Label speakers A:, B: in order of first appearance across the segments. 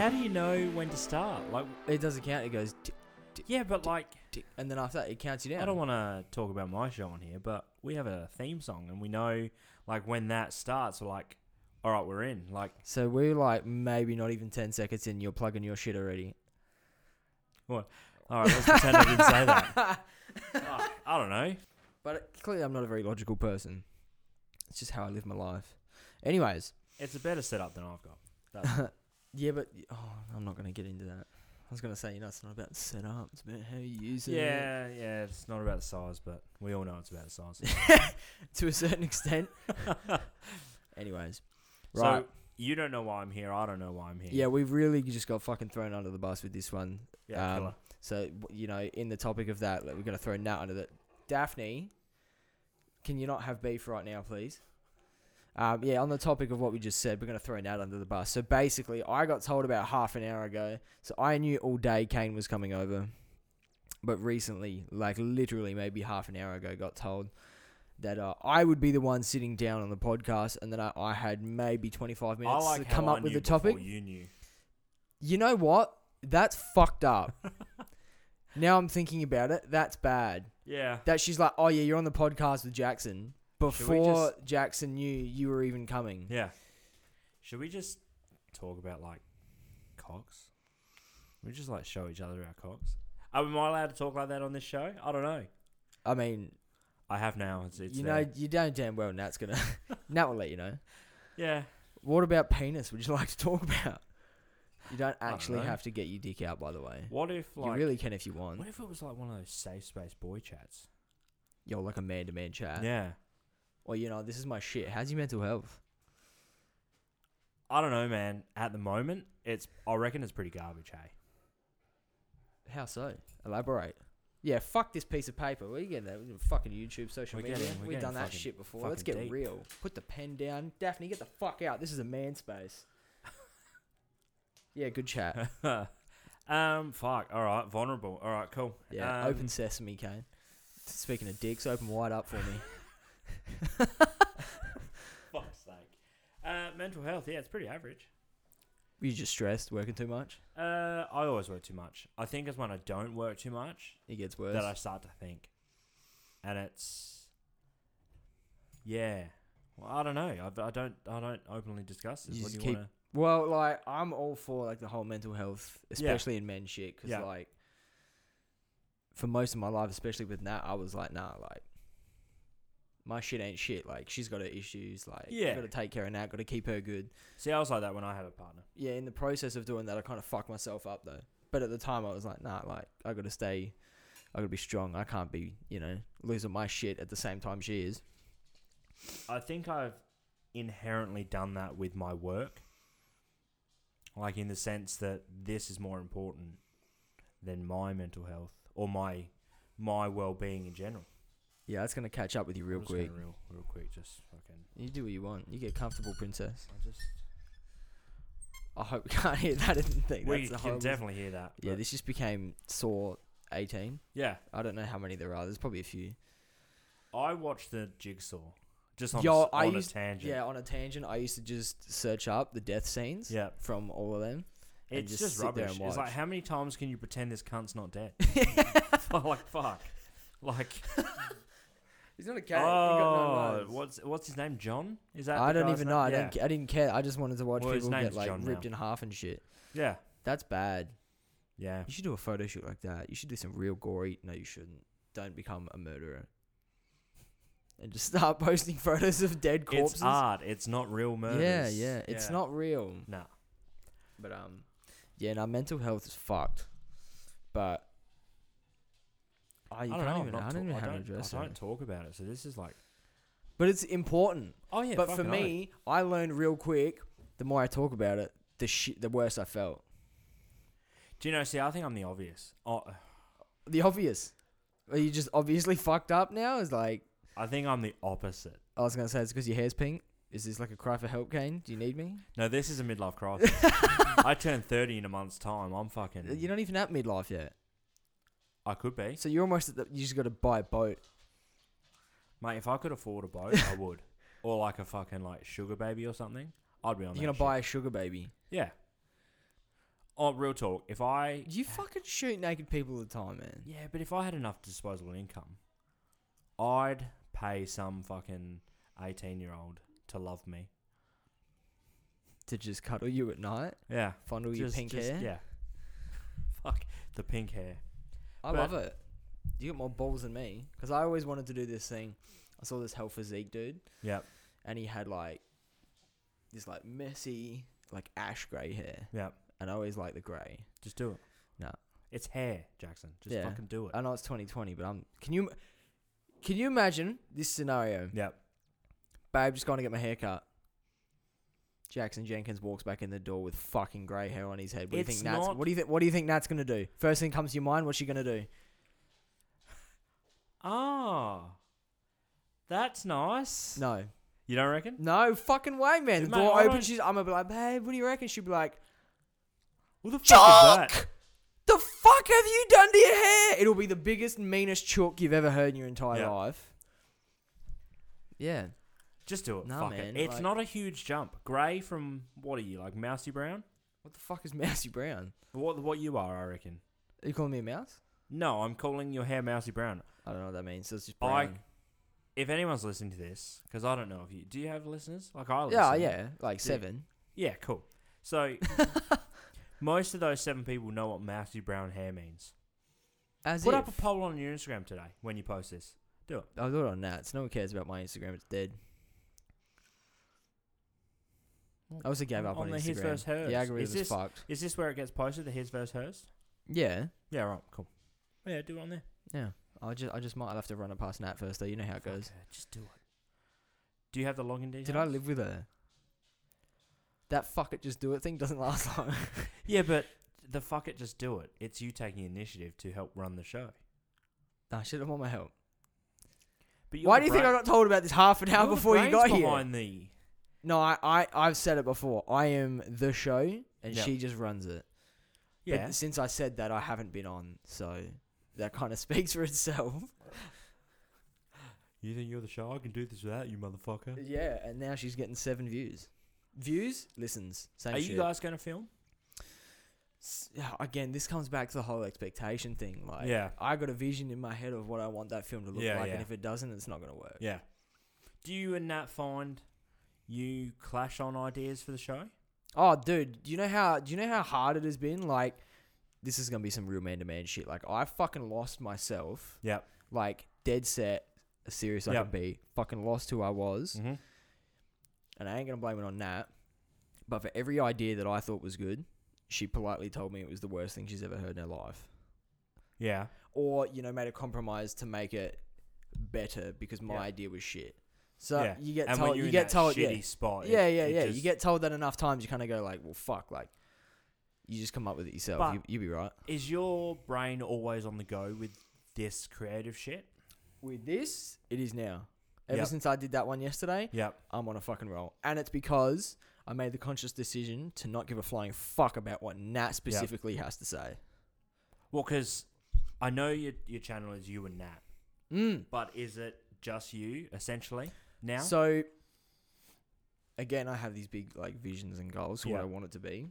A: Oh,
B: know when to start. Like,
A: It doesn't count. It goes tick,
B: yeah, but like,
A: tick, and then after that, it counts you down.
B: I don't want to talk about my show on here, but we have a theme song, and we know like when that starts. We're like, all right, we're in. Like,
A: So we're like maybe not even ten seconds in. You're plugging your shit already.
B: all right, let's pretend I didn't say that. Oh, I don't know.
A: But clearly, I'm not a very logical person. It's just how I live my life. Anyways,
B: It's a better setup than I've got.
A: yeah, but oh, I'm not gonna get into that. I was gonna say, you know, it's not about setup. It's about how you use it.
B: Yeah, yeah. It's not about the size, but we all know it's about the size.
A: to a certain extent. Anyways,
B: So
A: right?
B: you don't know why I'm here. I don't know why I'm here.
A: yeah, we've really just got fucking thrown under the bus with this one.
B: yeah.
A: um,
B: killer.
A: So w- you know, in the topic of that, like, we're gonna throw Nat under the Daphne. Can you not have beef right now, please? Um, yeah, on the topic of what we just said, we're gonna throw Nat under the bus. So basically, I got told about half an hour ago. So I knew all day Kane was coming over, but recently, like literally maybe half an hour ago, got told that uh, I would be the one sitting down on the podcast, and that I, I had maybe twenty five
B: I
A: minutes
B: like
A: to
B: how
A: come
B: I
A: up with
B: knew
A: the topic.
B: before You knew.
A: You know what? That's fucked up. now I'm thinking about it. That's bad.
B: Yeah.
A: That she's like, oh yeah, you're on the podcast with Jackson
B: Should we
A: before Jackson knew you were even coming.
B: Yeah. Should we just talk about like cocks? We just like show each other our cocks. Am I allowed to talk like that on this show? I don't know.
A: I mean,
B: I have now. It's, it's
A: you
B: there.
A: know, you don't damn well Nat's gonna. Nat will let you know.
B: Yeah.
A: What about penis? Would you like to talk about? You don't
B: don't
A: actually
B: know.
A: have to get your dick out, by the way.
B: What if
A: you
B: like?
A: really can if you want.
B: What if it was like one of those safe space boy chats?
A: You're like a man-to-man chat.
B: yeah.
A: Or you know, this is my shit. How's your mental health?
B: I don't know, man. At the moment, it's I reckon it's pretty garbage. Hey.
A: How so? Elaborate. Yeah, fuck this piece of paper. We get that fucking YouTube, social
B: We're
A: media.
B: getting- we're
A: We've done
B: getting
A: that
B: fucking-
A: shit before. Let's
B: fucking
A: get
B: deep.
A: real. Put the pen down, Daphne. Get the fuck out. This is a man space. yeah, good chat.
B: um. Fuck. All right. Vulnerable. All right. Cool.
A: Yeah,
B: Um,
A: open sesame, Kane. Speaking of dicks, open wide up for me.
B: Fuck's sake. Uh, mental health. Yeah, it's pretty average.
A: Were you just stressed, working too much?
B: Uh, I always work too much. I think it's when I don't work too much
A: It gets worse.
B: that I start to think, and it's yeah. Well, I don't know. I, I don't. I don't openly discuss this.
A: You
B: What do
A: just
B: you
A: keep-
B: wanna...
A: Well, like I'm all for like the whole mental health, especially in men shit, because
B: Yeah.
A: like for most of my life, especially with Nat, I was like, nah, like my shit ain't shit. Like she's got her issues. Like
B: Yeah.
A: got to take care of Nat. Got to keep her good.
B: See, I was like that when I had a partner.
A: Yeah. In the process of doing that, I kind of fucked myself up though. But at the time, I was like, nah, like I got to stay. I got to be strong. I can't be, you know, losing my shit at the same time she is.
B: I think I've inherently done that with my work, like in the sense that this is more important than my mental health or my my well being in general.
A: Yeah, that's gonna catch up with you real
B: I'm just gonna
A: quick.
B: real, real quick. Just fucking.
A: You do what you want. You get comfortable, princess.
B: I just.
A: I hope we can't hear that. I didn't think
B: We
A: that's a
B: can
A: horrible.
B: definitely hear that.
A: yeah,
B: but-
A: this just became Saw 18.
B: yeah.
A: I don't know how many there are. There's probably a few.
B: I watched the Jigsaw just on,
A: Yo,
B: a, s-
A: I
B: on
A: used-
B: a tangent.
A: Yeah, on a tangent, I used to just search up the death scenes
B: Yeah.
A: from all of them. and
B: it's
A: just
B: just,
A: sit there
B: rubbish.
A: and
B: It's like
A: watch.
B: how many times can you pretend this cunt's not dead? like fuck. Like
A: He's not a cat.
B: oh, what's what's his name? John? Is that?
A: I
B: the
A: don't
B: guy's
A: even
B: name?
A: know. I,
B: yeah.
A: don't, ca- I didn't care. I just wanted to watch
B: Well, his
A: people get
B: name's
A: like
B: John now.
A: ripped in half and shit.
B: Yeah,
A: That's bad.
B: yeah.
A: You should do a photo shoot like that. You should do some real gory. No, you shouldn't. Don't become a murderer. And just start posting photos of dead corpses.
B: It's art. It's not real murders.
A: yeah, yeah. It's
B: Yeah.
A: not real.
B: Nah.
A: But um, yeah, now mental health is fucked. But I,
B: I
A: Ah, you
B: don't
A: can't
B: know.
A: even,
B: I'm not
A: I don't
B: ta-
A: even
B: I
A: have an
B: don't,
A: address.
B: I
A: on
B: don't
A: it.
B: talk about it. So this is like.
A: But it's important.
B: Oh yeah.
A: but for
B: fucking oath.
A: me, I learned real quick. The more I talk about it, the shi the worse I felt.
B: do you know? See, I think I'm the obvious. Oh,
A: The obvious. Are you just obviously fucked up now? Is like
B: I think I'm the opposite.
A: I was gonna say. It's because your hair's pink. Is this like a cry for help, Kane? Do you need me?
B: No, this is a midlife crisis. I turn 30 in a month's time. I'm fucking.
A: You're not even at midlife yet,
B: I could be.
A: so you're almost at the. You just got to buy a boat.
B: Mate, if I could afford a boat, I would. Or like a fucking like sugar baby or something, I'd be on.
A: You're gonna
B: that
A: buy a sugar baby.
B: shit. Yeah. oh, real talk. If I
A: You fucking shoot naked people all the time, man.
B: Yeah, but if I had enough disposable income, I'd pay some fucking 18 year old to love me.
A: To just cuddle you at night,
B: Yeah.
A: fondle your
B: just-
A: pink
B: just-
A: hair.
B: Yeah. Fuck the pink hair.
A: I
B: but-
A: love it. You got more balls than me. Because I always wanted to do this thing. I saw this Hell Physique dude,
B: Yep.
A: and he had like this like messy, like ash grey hair.
B: Yep.
A: And I always like the grey.
B: Just do it.
A: No.
B: It's hair, Jackson. Just
A: Yeah. Uh,
B: fucking do it.
A: I know it's 2020, but I'm. Can you can you imagine this scenario?
B: yep.
A: Babe, just going to get my hair cut. Jackson Jenkins walks back in the door with fucking grey hair on his head. What do you
B: It's
A: think Nat's?
B: not-
A: What do you think? What do you think Nat's gonna do? First thing comes to your mind. What's she gonna do?
B: Ah. That's nice.
A: No,
B: You don't reckon?
A: no fucking way, man. The
B: Mate,
A: door
B: I don't-
A: opens. She's. I'm gonna be like, babe, what do you reckon? She'd be like,
B: What the fuck is that?
A: Chuck, the fuck have you done to your hair? It'll be the biggest, meanest chook you've ever heard in your entire
B: Yeah.
A: life. Yeah,
B: Just do it.
A: No,
B: fuck
A: man,
B: it. It's
A: like-
B: not a huge jump. Grey from what are you like, mousy brown?
A: what the fuck is Mousy Brown?
B: What what you are, I reckon.
A: Are you calling me a mouse?
B: No, I'm calling your hair mousy brown.
A: I don't know what that means. So it's just
B: I-
A: brown.
B: if anyone's listening to this, because I don't know if you do, you have listeners like I listen.
A: yeah, yeah, like
B: Yeah.
A: seven.
B: yeah, cool. So most of those seven people know what mousy brown hair means.
A: As
B: Put
A: if.
B: up a poll on your Instagram today when you post this. Do it.
A: I'll do it on Nats. No one cares about my Instagram. It's dead. I also gave
B: On-
A: up on,
B: on the
A: Instagram.
B: his versus hers.
A: The algorithm's
B: Is this-
A: fucked.
B: Is this where it gets posted? The his versus hers.
A: Yeah,
B: Yeah, right. Cool. Yeah, do it on there.
A: yeah. I just, I just might have to run it past Nat first though. You know how it goes.
B: Okay, just do it. Do you have the login details?
A: Did I live with her? That fuck it, just do it thing doesn't last long.
B: Yeah, but the fuck it, just do it. It's you taking initiative to help run the show.
A: nah, shit, I want my help.
B: But
A: Why do you think I got told about this half an hour before you got here?
B: behind the
A: No, I, I, I've said it before. I am the show, and
B: Yep.
A: she just runs it.
B: yeah.
A: But since I said that, I haven't been on, so that kind of speaks for itself.
B: You think you're the show? I can do this without you, motherfucker.
A: Yeah, and now she's getting seven views. Views, listens, same
B: Are
A: shit.
B: you guys going to film?
A: S- Again, this comes back to the whole expectation thing. Like,
B: Yeah.
A: I got a vision in my head of what I want that film to look
B: Yeah,
A: like,
B: yeah.
A: and if it doesn't, it's not gonna work.
B: Yeah. Do you and Nat find you clash on ideas for the show?
A: Oh, dude, do you know how do you know how hard it has been? Like, this is gonna be some real man to man shit. Like, I fucking lost myself.
B: Yep.
A: Like, dead set, as serious I
B: Yep.
A: can be. Fucking lost who I was,
B: Mm-hmm.
A: and I ain't gonna blame it on Nat. But for every idea that I thought was good, she politely told me it was the worst thing she's ever heard in her life.
B: Yeah.
A: or you know made a compromise to make it better because my
B: Yeah.
A: idea was shit. So
B: Yeah.
A: you get
B: and
A: told
B: when you're
A: you
B: in
A: get
B: that
A: told yeah
B: shitty spot, it-
A: yeah yeah,
B: it
A: yeah. you
B: just-
A: get told that enough times you kind of go like well fuck like you just come up with it yourself
B: But-
A: you you be right
B: Is your brain always on the go with this creative shit?
A: with this it is now ever
B: Yep.
A: since I did that one yesterday
B: Yep.
A: I'm on a fucking roll and it's because I made the conscious decision to not give a flying fuck about what Nat specifically has to say.
B: Well, because I know your your channel is you and Nat,
A: Mm.
B: but is it just you essentially now?
A: So again, I have these big like visions and goals for what
B: Yeah.
A: I want it to be.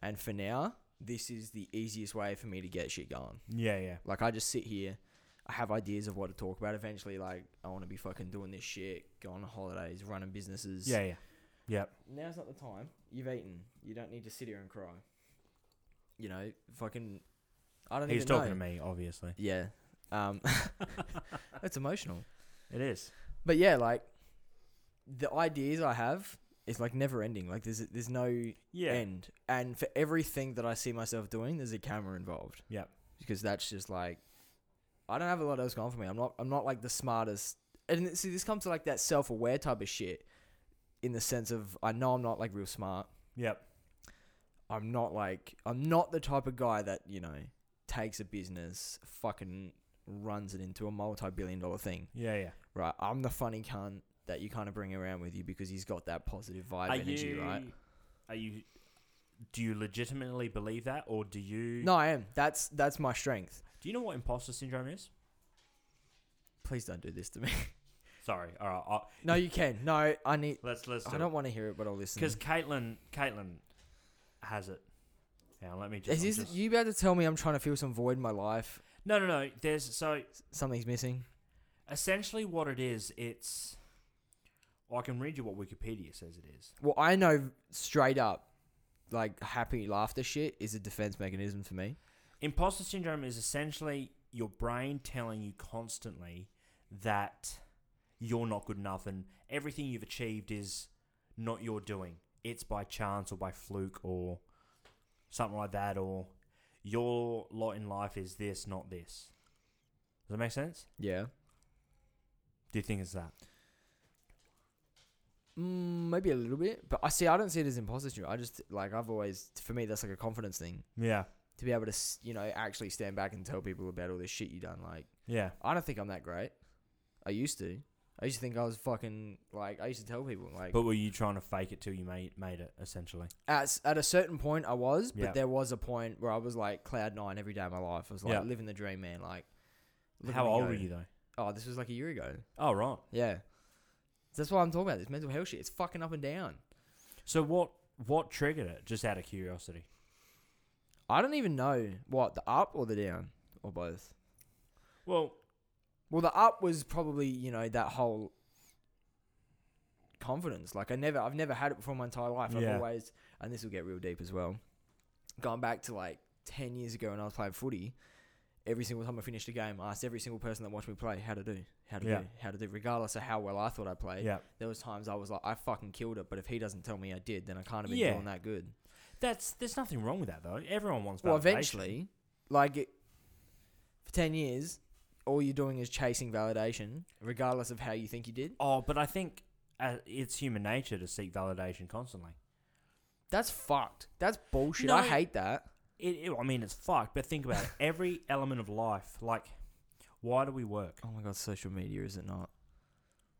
A: And for now, this is the easiest way for me to get shit going.
B: yeah, yeah,
A: Like I just sit here, I have ideas of what to talk about. Eventually, like I want to be fucking doing this shit, going on holidays, running businesses.
B: yeah, yeah. Yep.
A: Now's not the time. You've eaten. You don't need to sit here and cry. You know, fucking. I don't
B: He's
A: even
B: talking
A: know.
B: to me, obviously.
A: Yeah. Um, that's emotional.
B: It is.
A: But yeah, like the ideas I have is like never ending. Like there's there's no
B: Yeah.
A: end, and for everything that I see myself doing, there's a camera involved.
B: Yep.
A: because that's just like I don't have a lot else going for me. I'm not I'm not like the smartest, and see this comes to like that self aware type of shit, in the sense of I know I'm not like real smart.
B: Yep.
A: I'm not like I'm not the type of guy that you know takes a business fucking runs it into a multi-billion dollar thing
B: Yeah, yeah.
A: right? I'm the funny cunt that you kind of bring around with you because he's got that positive vibe
B: are
A: energy,
B: you,
A: right?
B: Are you? Do you legitimately believe that, or do you?
A: No, I am. That's that's my strength.
B: Do you know what imposter syndrome is?
A: Please don't do this to me.
B: Sorry. All right. I'll,
A: no, you can. No, I need.
B: let's let's.
A: I don't want to hear it, but I'll listen.
B: Because Caitlin, Caitlin, has it. Hang on, let me just.
A: Is
B: I'm
A: this,
B: just-
A: you about to tell me I'm trying to fill some void in my life?
B: no, no, no. There's so
A: S- Something's missing.
B: essentially what it is. It's. I can read you what Wikipedia says it is.
A: Well, I know straight up, like happy laughter shit is a defense mechanism for me.
B: Imposter syndrome is essentially your brain telling you constantly that you're not good enough and everything you've achieved is not your doing. It's by chance or by fluke or something like that, or your lot in life is this, not this. Does that make sense?
A: Yeah.
B: Do you think it's that?
A: Mm, maybe a little bit, but I see. I don't see it as imposter syndrome. I just like I've always, for me, that's like a confidence thing
B: Yeah.
A: to be able to, s- you know, actually stand back and tell people about all this shit you done. Like,
B: Yeah.
A: I don't think I'm that great. I used to. I used to think I was fucking like. I used to tell people like.
B: But were you trying to fake it till you made made it, essentially?
A: at, s- at a certain point I was, but
B: Yeah.
A: there was a point where I was like cloud nine every day of my life. I was like
B: Yeah.
A: living the dream, man. Like, look at
B: How
A: me
B: old
A: go.
B: were you, though?
A: Oh, this was like a year ago.
B: Oh, right.
A: Yeah, that's what I'm talking about. This mental health shit. It's fucking up and down.
B: So what, what triggered it, just out of curiosity?
A: I don't even know what the up or the down or both.
B: Well,
A: Well, the up was probably you know that whole confidence. Like I never, I've never had it before in my entire life.
B: Yeah.
A: I've always, and this will get real deep as well. Gone back to like ten years ago when I was playing footy. Every single time I finished a game, I asked every single person that watched me play how to do, how to
B: Yeah.
A: do, how to do, regardless of how well I thought I played.
B: yeah.
A: There was times I was like, I fucking killed it, but if he doesn't tell me I did, then I can't have been
B: Yeah.
A: doing that good.
B: That's there's nothing wrong with that though. Everyone wants validation.
A: Well, eventually, like it, for ten years, all you're doing is chasing validation, regardless of how you think you did.
B: Oh, but I think uh, it's human nature to seek validation constantly.
A: That's fucked. That's bullshit.
B: No.
A: I hate that.
B: It, it- I mean, it's fucked. But think about it. Every element of life, like, why do we work?
A: Oh my god, social media is it not?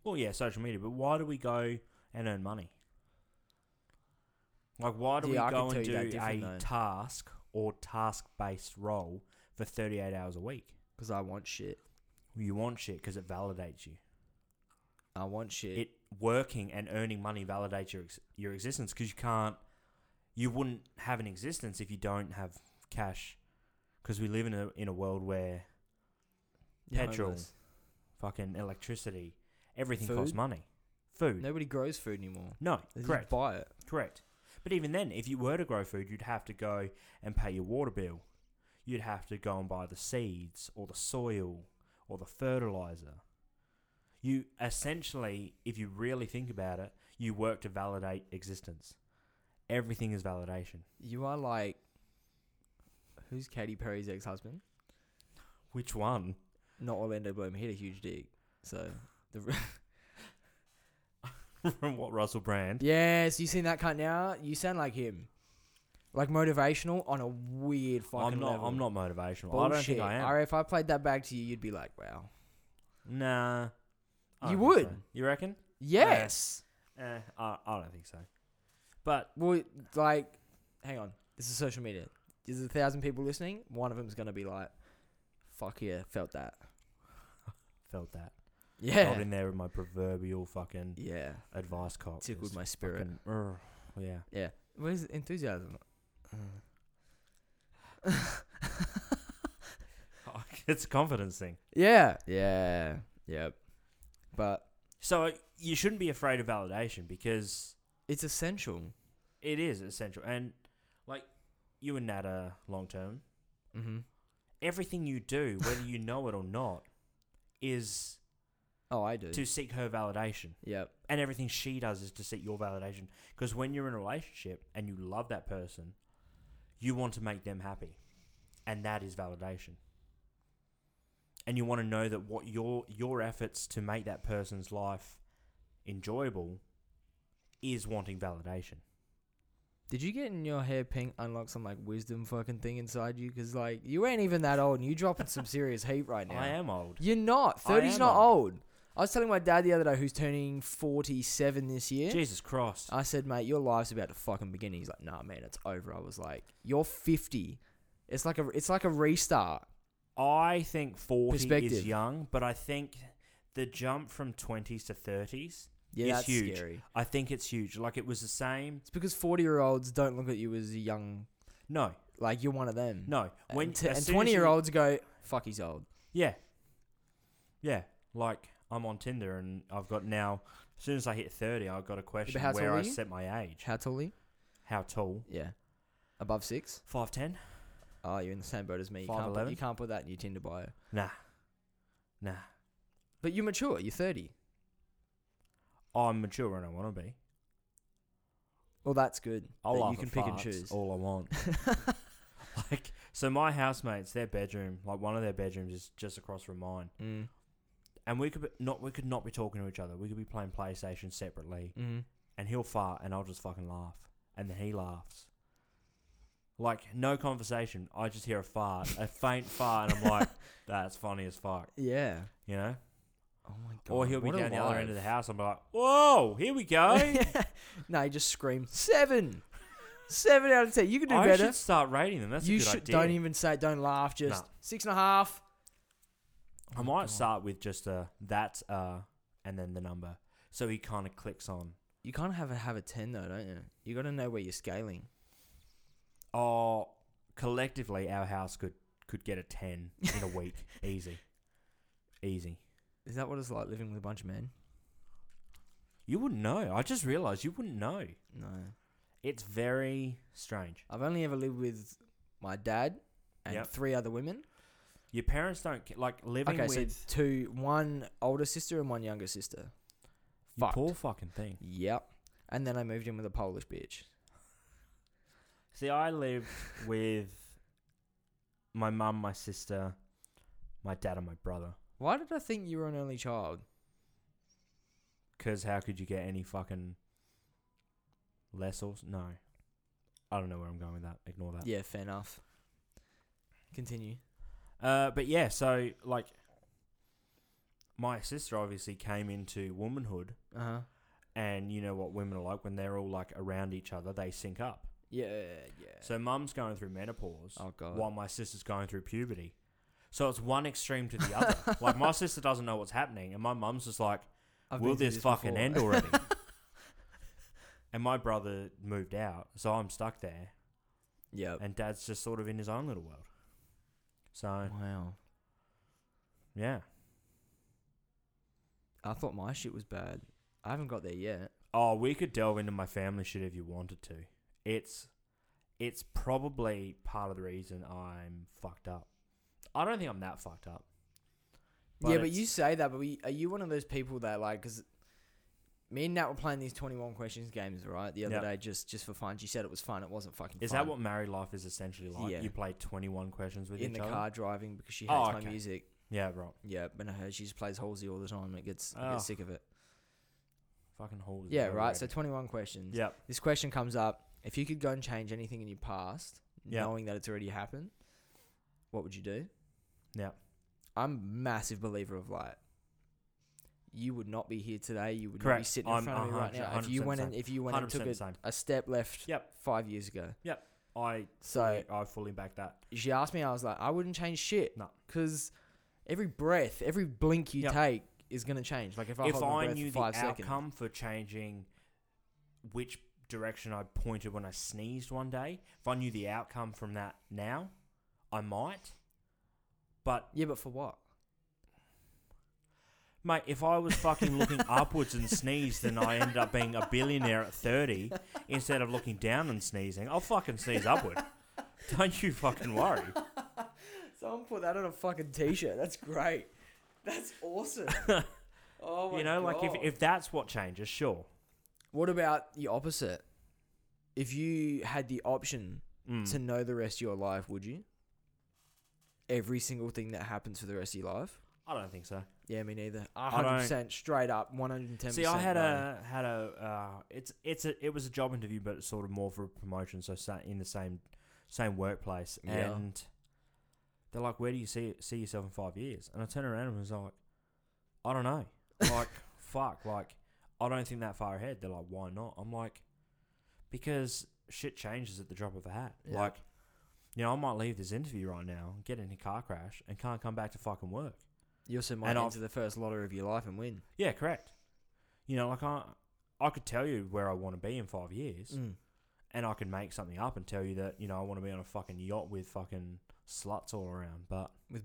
B: Well, yeah, social media. But why do we go and earn money? Like, why do
A: Yeah, I
B: we
A: can
B: go
A: tell
B: and
A: you that
B: do a
A: different, though.
B: task or task-based role for 38 hours a week?
A: Because I want shit.
B: You want shit because it validates you.
A: I want shit.
B: it working and earning money validates your ex- your existence because you can't you wouldn't have an existence if you don't have cash because we live in a in a world where
A: You're
B: petrol,
A: homeless.
B: fucking electricity everything
A: Food?
B: costs money food
A: Nobody grows food anymore.
B: no
A: They
B: correct
A: just buy it.
B: correct but even then if you were to grow food you'd have to go and pay your water bill you'd have to go and buy the seeds or the soil or the fertilizer you essentially, if you really think about it, you work to validate existence. Everything is validation.
A: You are like, who's Katy Perry's ex-husband?
B: Which one?
A: Not Orlando Bloom. He had a huge dick. So, the,
B: From what Russell Brand?
A: yes, you seen that cunt now? You sound like him. Like motivational on a weird fucking
B: I'm not.
A: level.
B: I'm not motivational.
A: Bullshit.
B: I don't think I am.
A: Or if I played that back to you, you'd be like, wow.
B: nah. I
A: You
B: don't think
A: would.
B: so. You reckon?
A: Yes.
B: Eh, I, I don't think so. But
A: Well, like, hang on. This is social media. There's a thousand people listening. One of them's gonna be like, "Fuck yeah, felt that."
B: felt that. Got
A: Yeah,
B: in there with my proverbial fucking
A: yeah,
B: advice cop.
A: tickled
B: Just
A: my spirit.
B: fucking- Urgh. yeah.
A: Where's enthusiasm? Uh.
B: Oh, it's a confidence thing.
A: Yeah, yeah, yep. But
B: So uh, you shouldn't be afraid of validation because
A: it's essential.
B: It is essential, and like you and Nat are long term.
A: Mm-hmm.
B: Everything you do, whether you know it or not, is
A: Oh, I do.
B: to seek her validation,
A: Yep.
B: and everything she does is to seek your validation. Because when you're in a relationship and you love that person, you want to make them happy, and that is validation. And you want to know that what your your efforts to make that person's life enjoyable is wanting validation.
A: Did you get in your hair pink unlock some like wisdom fucking thing inside you? Because like you ain't even that old, and you dropping some serious heat right now.
B: I am old.
A: You're not.
B: I
A: 30's
B: am
A: not old. I was telling my dad the other day, who's turning 47 this year.
B: Jesus Christ.
A: I said, mate, your life's about to fucking begin. He's like, nah, man, it's over. I was like, you're 50. It's like a, it's like a restart.
B: I think 40 is
A: Perspective.
B: young, but I think the jump from 20s to 30s,
A: Yeah,
B: It's
A: that's
B: huge.
A: scary.
B: I think it's huge. Like it was the same.
A: It's because 40 year olds don't look at you as a young,
B: No,
A: Like you're one of them.
B: No, when
A: and, t-
B: as
A: and
B: soon as
A: twenty year
B: you-
A: olds go, fuck, he's old.
B: Yeah. Yeah. Like I'm on Tinder and I've got now as soon as I hit thirty I've got a question
A: how
B: where
A: tall
B: I
A: are you?
B: set my age.
A: How tall are you?
B: How tall?
A: Yeah, above six.
B: Five ten?
A: Oh, you're in the same boat as me. You
B: Five
A: can't, put,
B: eleven?
A: you can't put that in your Tinder bio.
B: Nah. Nah.
A: But you're mature. You're thirty.
B: I'm mature and I wanna be.
A: Well, that's good.
B: I
A: that
B: love
A: you can pick and choose.
B: all I want. like so my housemates, their bedroom, like one of their bedrooms is just across from mine.
A: mm.
B: And we could be, not we could not be talking to each other. We could be playing PlayStation separately.
A: Mm-hmm.
B: and he'll fart and I'll just fucking laugh. And then he laughs. Like, no conversation. I just hear a fart, a faint fart, and I'm like, that's funny as fuck,
A: Yeah.
B: you know?
A: Oh my god.
B: or he'll be
A: what a
B: down the other
A: life.
B: end of the house. I'm like, whoa, here we go.
A: no, you just scream seven, seven out of ten. You can do
B: I
A: better.
B: should start rating them. That's a
A: you
B: good
A: should
B: idea.
A: don't even say. Don't laugh. Just
B: No.
A: six and a half.
B: I
A: Oh,
B: might
A: God.
B: start with just a that, uh, and then the number. So he kind of clicks on.
A: You kind of have a have a ten though, don't you? You got to know where you're scaling.
B: Oh, collectively, our house could, could get a 10 in a week. Easy. Easy.
A: Is that what it's like living with a bunch of men?
B: You wouldn't know. I just realised you wouldn't know.
A: No,
B: It's very strange.
A: I've only ever lived with my dad and
B: Yep.
A: three other women.
B: Your parents don't ca- like living
A: Okay,
B: with
A: so two, one older sister and one younger sister.
B: you
A: fucked.
B: poor fucking thing.
A: Yep. And then I moved in with a Polish bitch.
B: See, I lived with my mum, my sister, my dad, and my brother.
A: Why did I think you were an only child?
B: Because how could you get any fucking less or no? I don't know where I'm going with that. Ignore that.
A: Yeah, fair enough. Continue.
B: Uh, but yeah, so like, my sister obviously came into womanhood,
A: Uh huh.
B: and you know what women are like when they're all like around each other, they sync up.
A: Yeah, yeah.
B: So mum's going through menopause
A: oh god.
B: while my sister's going through puberty. So it's one extreme to the other. like my sister doesn't know what's happening and my mum's just like,
A: I've
B: Will
A: been through
B: this fucking
A: before.
B: end already? and my brother moved out, so I'm stuck there
A: Yep.
B: and dad's just sort of in his own little world. So,
A: Wow.
B: yeah.
A: I thought my shit was bad. I haven't got there yet.
B: Oh, we could delve into my family shit if you wanted to. It's it's probably part of the reason I'm fucked up. I don't think I'm that fucked up.
A: yeah,
B: But
A: but you
B: it's-
A: say that, but we, are you one of those people that like? Because me and Nat were playing these twenty-one questions games, right? The other
B: Yep.
A: day, just just for fun. She said it was fun. It wasn't fucking.
B: Is
A: fun.
B: that what married life is essentially like?
A: Yeah.
B: You play 21 questions with
A: in
B: each
A: the
B: other?
A: car driving because she hates
B: Oh,
A: my
B: okay.
A: music.
B: Yeah, right.
A: Yeah, but I heard she just plays Halsey all the time. It gets I
B: Oh.
A: get sick of it.
B: Fucking whole.
A: Yeah, right. So twenty-one questions.
B: yep.
A: This question comes up: If you could go and change anything in your past,
B: Yeah.
A: knowing that it's already happened, what would you do?
B: Yeah.
A: I'm a massive believer of light. You would not be here today. You would not be
B: Correct.
A: sitting in
B: I'm
A: front of me right
B: 100%
A: now if you
B: 100%
A: went and if you went and
B: 100%
A: took a,
B: same.
A: a step left
B: Yep.
A: five years ago.
B: I
A: So
B: I fully back that.
A: she asked me, I was like, I wouldn't change shit.
B: No.
A: because every breath, every blink you
B: Yep.
A: take is gonna change. Like if I
B: if
A: hold my
B: I
A: breath
B: knew
A: for
B: the
A: five seconds,
B: outcome for changing which direction I pointed when I sneezed one day, if I knew the outcome from that now, I might. But
A: yeah, but for what?
B: mate, if I was fucking looking upwards and sneezed, then I ended up being a billionaire at 30 instead of looking down and sneezing. I'll fucking sneeze upward. Don't you fucking worry.
A: Someone put that on a fucking t-shirt. That's great. That's awesome. oh
B: you know, like if, if that's what changes, sure.
A: what about the opposite? If you had the option
B: Mm.
A: to know the rest of your life, would you? Every single thing that happens for the rest of your life.
B: I don't think so.
A: Yeah, me neither.
B: don't-
A: hundred percent straight up, one hundred and ten.
B: See, I had a had a uh, it's it's a it was a job interview, but it's sort of more for a promotion. So sa- in the same same workplace,
A: Yeah.
B: and they're like, "Where do you see see yourself in five years?" And I turn around and was like, "I don't know." Like, fuck. Like, I don't think that far ahead. They're like, "Why not?" I'm like, "Because shit changes at the drop of a hat."
A: Yeah.
B: Like, you know, I might leave this interview right now, get in a car crash, and can't come back to fucking work.
A: You also might
B: and I've-
A: enter the first lottery of your life and win.
B: Yeah, Mm. correct. You know, like I, I could tell you where I want to be in five years, and I can make something up and tell you that you know I want to be on a fucking yacht with fucking sluts all around. But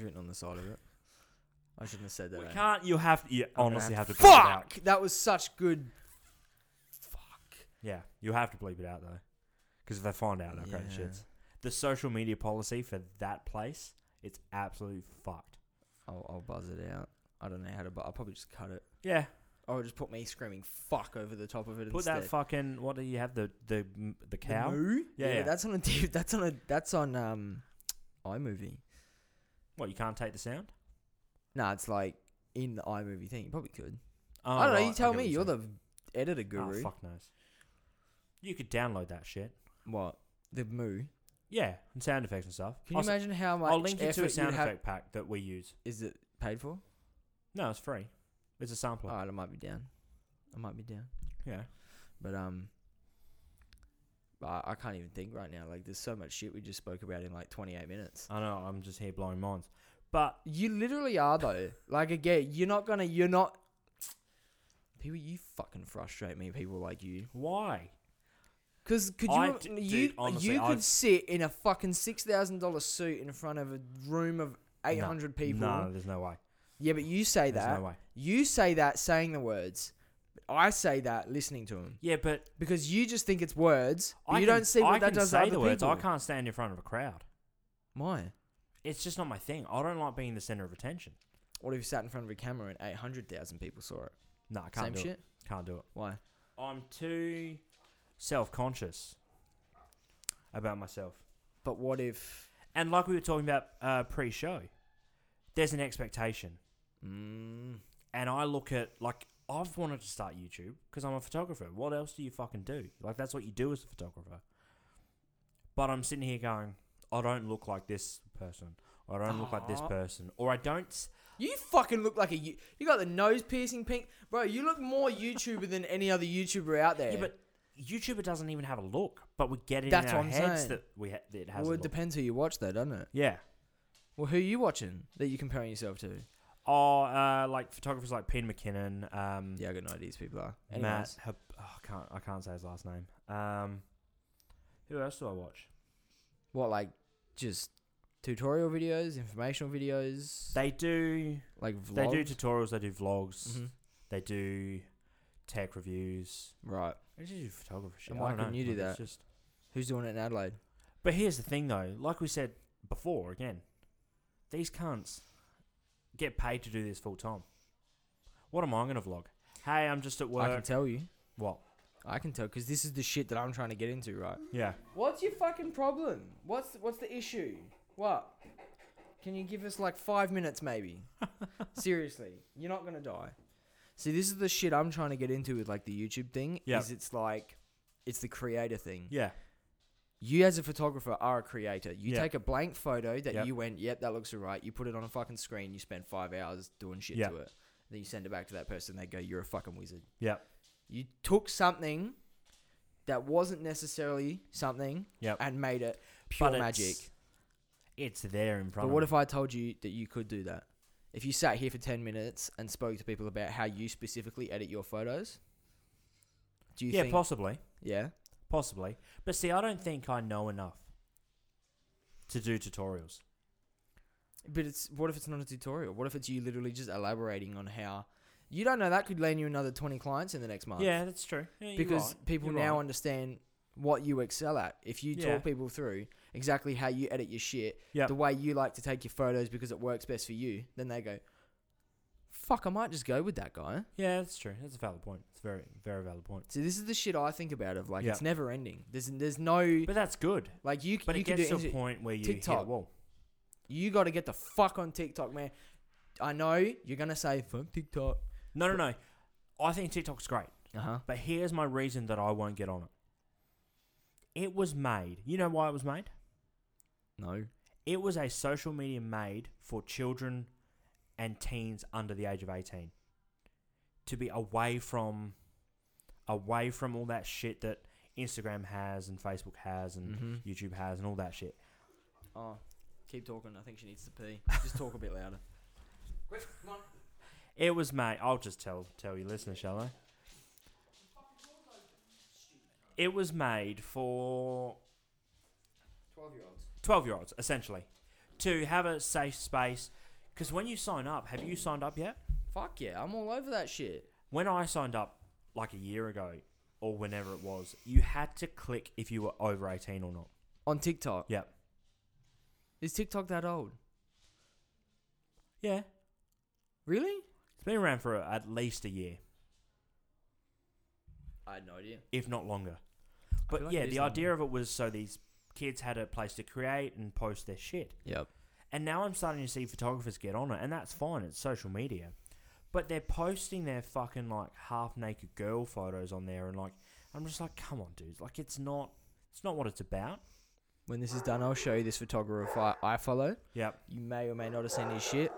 A: written on the side of it. I shouldn't have said that.
B: we
A: eh?
B: can't. You have you
A: I'm gonna
B: honestly have to, bleep it out.
A: Fuck! That was such good.
B: Yeah, you have to bleep it out though, because if they find out, they'll yeah.
A: Yeah.
B: shits. The social media policy for that place, it's absolutely fucked.
A: I'll, I'll buzz it out. I don't know how to, but I'll probably just cut it.
B: Yeah,
A: Or just put me screaming "fuck" over the top of it
B: put
A: instead.
B: that fucking what do you have the the the
A: The
B: cow?
A: moo?
B: Yeah,
A: Yeah,
B: yeah.
A: that's on a div- that's on a that's on um, iMovie.
B: What you can't take the sound?
A: Nah, it's like in the iMovie thing. You probably could.
B: Oh,
A: I don't know.
B: right,
A: You tell
B: get
A: me.
B: what
A: You're
B: saying.
A: the editor
B: Ah,
A: guru.
B: fuck knows. You could download that shit.
A: What the moo?
B: Yeah, and sound effects and stuff.
A: Can you
B: I'll s-
A: imagine how much
B: I'll link you
A: effort
B: to a sound
A: you'd have-
B: effect pack that we use.
A: Is it paid for?
B: No, it's free. It's a sampler.
A: Alright, I might be down. I might be down.
B: yeah.
A: But um, I, I can't even think right now. Like, there's so much shit we just spoke about in like 28 minutes.
B: I know, I'm just here blowing minds. But
A: You literally are though. like again, you're not gonna. You're not. People, you fucking frustrate me. People like you.
B: why?
A: Cause could you
B: I
A: im-
B: d-
A: you
B: dude, honestly,
A: you could
B: I've-
A: sit in a fucking six thousand dollar suit in front of a room of eight hundred people.
B: No, there's no way.
A: Yeah, but you say
B: There's
A: that.
B: no way.
A: You say that saying the words. But I say that listening to them
B: Yeah, but
A: because you just think it's words. But
B: I
A: you
B: can,
A: don't see what
B: I
A: that
B: can
A: does
B: say
A: to other
B: the words.
A: people.
B: I can't stand in front of a crowd.
A: Why?
B: It's just not my thing. I don't like being the center of attention.
A: What if you sat in front of a camera and 800,000 people saw it?
B: No, I can't
A: Same
B: do
A: shit?
B: it. Can't do it.
A: Why?
B: I'm too self-conscious about myself.
A: But what if.
B: And like we were talking about uh, pre-show, there's an expectation.
A: Mm,
B: and I look at like I've wanted to start YouTube because I'm a photographer. What else do you fucking do? Like that's what you do as a photographer. But I'm sitting here going, I don't look like this person. Or I don't look like this
A: Aw.
B: person. Or I don't. s-
A: you fucking look like a. You you got the nose piercing pink. Bro, you look more YouTuber than any other YouTuber out there.
B: Yeah, but YouTuber doesn't even have a look. But we get it
A: That's
B: in our
A: what I'm
B: heads
A: saying.
B: that we ha- that it has.
A: Well, it
B: a look.
A: depends who you watch, though, doesn't it?
B: yeah.
A: Well, who are you watching that you're comparing yourself to?
B: Or uh, like photographers like Peter McKinnon, um,
A: Yeah, I got no ideas, people are.
B: Matt.
A: Anyways,
B: Hab- oh, I can't. I can't say his last name. Um, who else do I watch?
A: What, like, just tutorial videos, informational videos?
B: They do.
A: like, vlogs?
B: They do tutorials. They do vlogs.
A: Mhm.
B: They do tech reviews.
A: Right.
B: They just do photography shit.
A: And
B: I
A: why
B: don't
A: couldn't
B: know,
A: you do
B: like, it's
A: that?
B: just-
A: Who's doing it in Adelaide?
B: But here's the thing, though. Like we said before, again, these cunts get paid to do this full time. What am I going to vlog? Hey, I'm just at
A: I can
B: work.
A: tell you.
B: what?
A: I can tell because this is the shit that I'm trying to get into, right?
B: Yeah.
A: What's your fucking problem? What's what's the issue? What? Can you give us like five minutes, maybe? Seriously, you're not gonna die. See, this is the shit I'm trying to get into with like the YouTube thing.
B: Yeah.
A: Is it's like, it's the creator thing.
B: Yeah.
A: You as a photographer are a creator. You
B: Yeah.
A: take a blank photo that
B: Yep.
A: you went, yep, that looks alright. You put it on a fucking screen. You spend five hours doing shit
B: Yeah.
A: to it. Then you send it back to that person. They go, you're a fucking wizard.
B: Yeah.
A: You took something that wasn't necessarily something
B: Yep.
A: and made it pure
B: it's-
A: magic.
B: It's there in front
A: But
B: of
A: what
B: me.
A: if I told you that you could do that? If you sat here for 10 minutes and spoke to people about how you specifically edit your photos? Do you
B: yeah,
A: think
B: possibly.
A: Yeah.
B: Possibly. But see, I don't think I know enough to do tutorials.
A: But it's what if it's not a tutorial? What if it's you literally just elaborating on how you don't know that could land you another 20 clients in the next month.
B: Yeah, that's true. Yeah, you're
A: because
B: right.
A: people
B: You're
A: now
B: right.
A: understand what you excel at. If you
B: Yeah.
A: talk people through exactly how you edit your shit,
B: Yep.
A: the way you like to take your photos because it works best for you, then they go, "Fuck, I might just go with that guy."
B: Yeah, that's true. That's a valid point. It's a very, very valid point.
A: So this is the shit I think about of like
B: Yeah.
A: it's never ending. There's there's no
B: But that's good.
A: like you
B: But
A: you
B: it
A: can
B: gets
A: do
B: to a
A: anything.
B: point where you hit
A: TikTok.
B: a wall.
A: you got to get the fuck on TikTok, man. I know you're gonna say fuck TikTok.
B: No, no, no. I think TikTok's great.
A: Uh huh.
B: But here's my reason that I won't get on it. It was made. You know why it was made?
A: No.
B: It was a social media made for children and teens under the age of 18 to be away from away from all that shit that Instagram has and Facebook has and
A: Mhm.
B: YouTube has and all that shit.
A: Oh, keep talking. I think she needs to pee. Just talk a bit louder. Quick, come on.
B: It was made. I'll just tell tell you, listener, shall I? it was made for
A: 12 year olds.
B: 12 year olds, essentially, to have a safe space. Because when you sign up, have you signed up yet?
A: Fuck yeah, I'm all over that shit.
B: When I signed up like a year ago or whenever it was, you had to click if you were over 18 or not.
A: On TikTok.
B: Yep.
A: Is TikTok that old?
B: Yeah.
A: Really?
B: It's been around for at least a year,
A: I had no idea.
B: if not longer.
A: feel
B: But
A: like
B: yeah,
A: it is
B: the
A: longer.
B: idea of it was so these kids had a place to create and post their shit.
A: Yep.
B: And now I'm starting to see photographers get on it, and that's fine. It's social media, but they're posting their fucking like half naked girl photos on there, and like I'm just like, come on, dudes. Like it's not, it's not what it's about.
A: When this is done, I'll show you this photographer I, I follow.
B: Yep.
A: You may or may not have seen his shit.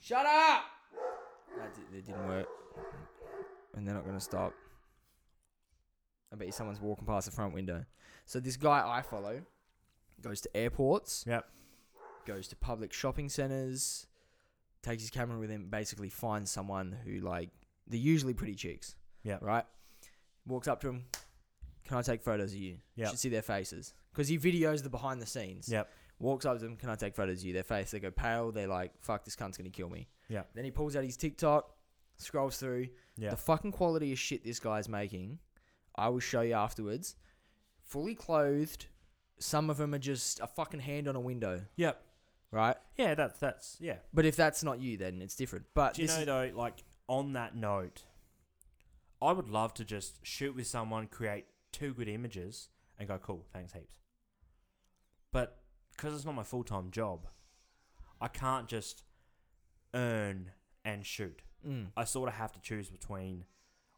A: Shut up! That, di- that didn't work. And they're not going to stop. I bet you someone's walking past the front window. So this guy I follow goes to airports.
B: Yep.
A: Goes to public shopping centers. Takes his camera with him. Basically finds someone who like they're usually pretty chicks.
B: Yep.
A: Right. Walks up to him. Can I take photos of you?
B: Yep.
A: Should see their faces because he videos the behind the scenes
B: Yep.
A: walks up to them. Can I take photos of you? Their face, they go pale. They're like, "Fuck, this cunt's gonna kill me."
B: Yeah.
A: Then he pulls out his TikTok, scrolls through.
B: Yeah.
A: The fucking quality of shit this guy's making, I will show you afterwards. Fully clothed. Some of them are just a fucking hand on a window,
B: Yep.
A: right?
B: Yeah. That's that's yeah.
A: But if that's not you, then it's different. But
B: Do you
A: Uh, this
B: know
A: is-
B: though, like on that note, I would love to just shoot with someone, create two good images, and go, cool, thanks heaps. But because it's not my full time job, I can't just earn and shoot.
A: Mm.
B: I sort of have to choose between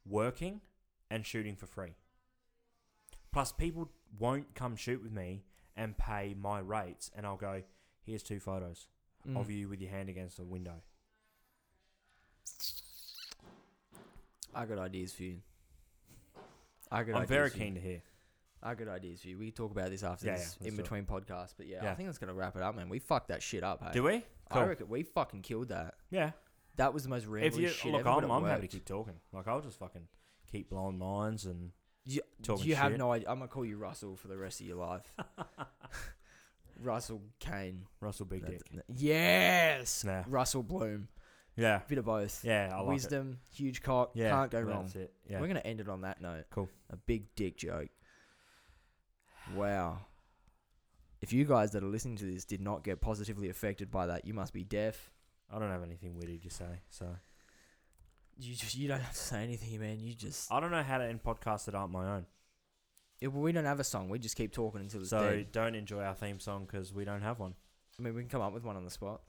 B: working and shooting for free. Plus, people won't come shoot with me and pay my rates, and I'll go, here's two photos
A: Mm.
B: of you with your hand against the window.
A: I got ideas for you. I got.
B: I'm
A: ideas
B: very
A: for you.
B: keen to hear.
A: I got ideas for you. We can talk about this after
B: Yeah, yeah,
A: this
B: let's
A: in
B: do it.
A: between podcasts. But yeah, I
B: Yeah.
A: think that's gonna wrap it up, man. We fucked that shit up. Hey?
B: Do we?
A: I
B: Cool.
A: reckon we fucking killed that.
B: Yeah.
A: That was the most rambling
B: If you
A: shit
B: look,
A: ever. but
B: I'm,
A: it
B: I'm happy to
A: worked.
B: keep talking. Like I'll just fucking keep blowing minds and
A: You,
B: talking
A: you have
B: shit.
A: no idea. I'm gonna call you Russell for the rest of your life. Russell Kane.
B: Russell Big Dick.
A: That- Yes.
B: Nah.
A: Russell Bloom.
B: Yeah.
A: Bit of both.
B: Yeah. I like it.
A: Wisdom. Huge cock.
B: Yeah.
A: Can't go wrong.
B: That's it. Yeah.
A: We're gonna end it on that note.
B: Cool.
A: A big dick joke. Wow. If you guys that are listening to this did not get positively affected by that, you must be deaf.
B: I don't have anything witty to say, so
A: You just you don't have to say anything, man. You just
B: I don't know how to end podcasts that aren't my own.
A: Yeah, well, we don't have a song. We just keep talking until it's
B: So
A: dead.
B: don't enjoy our theme song because we don't have one.
A: I mean, we can come up with one on the spot.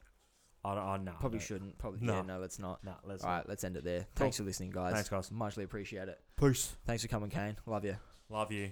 B: I don't. I, nah,
A: Probably
B: no.
A: shouldn't. Probably
B: No.
A: yeah. Oh, No, let's not.
B: Nah. Let's.
A: All right, let's end it there. Thanks for listening, guys.
B: Thanks, guys.
A: Muchly appreciate it.
B: Peace.
A: Thanks for coming, Kane. Love you.
B: Love you.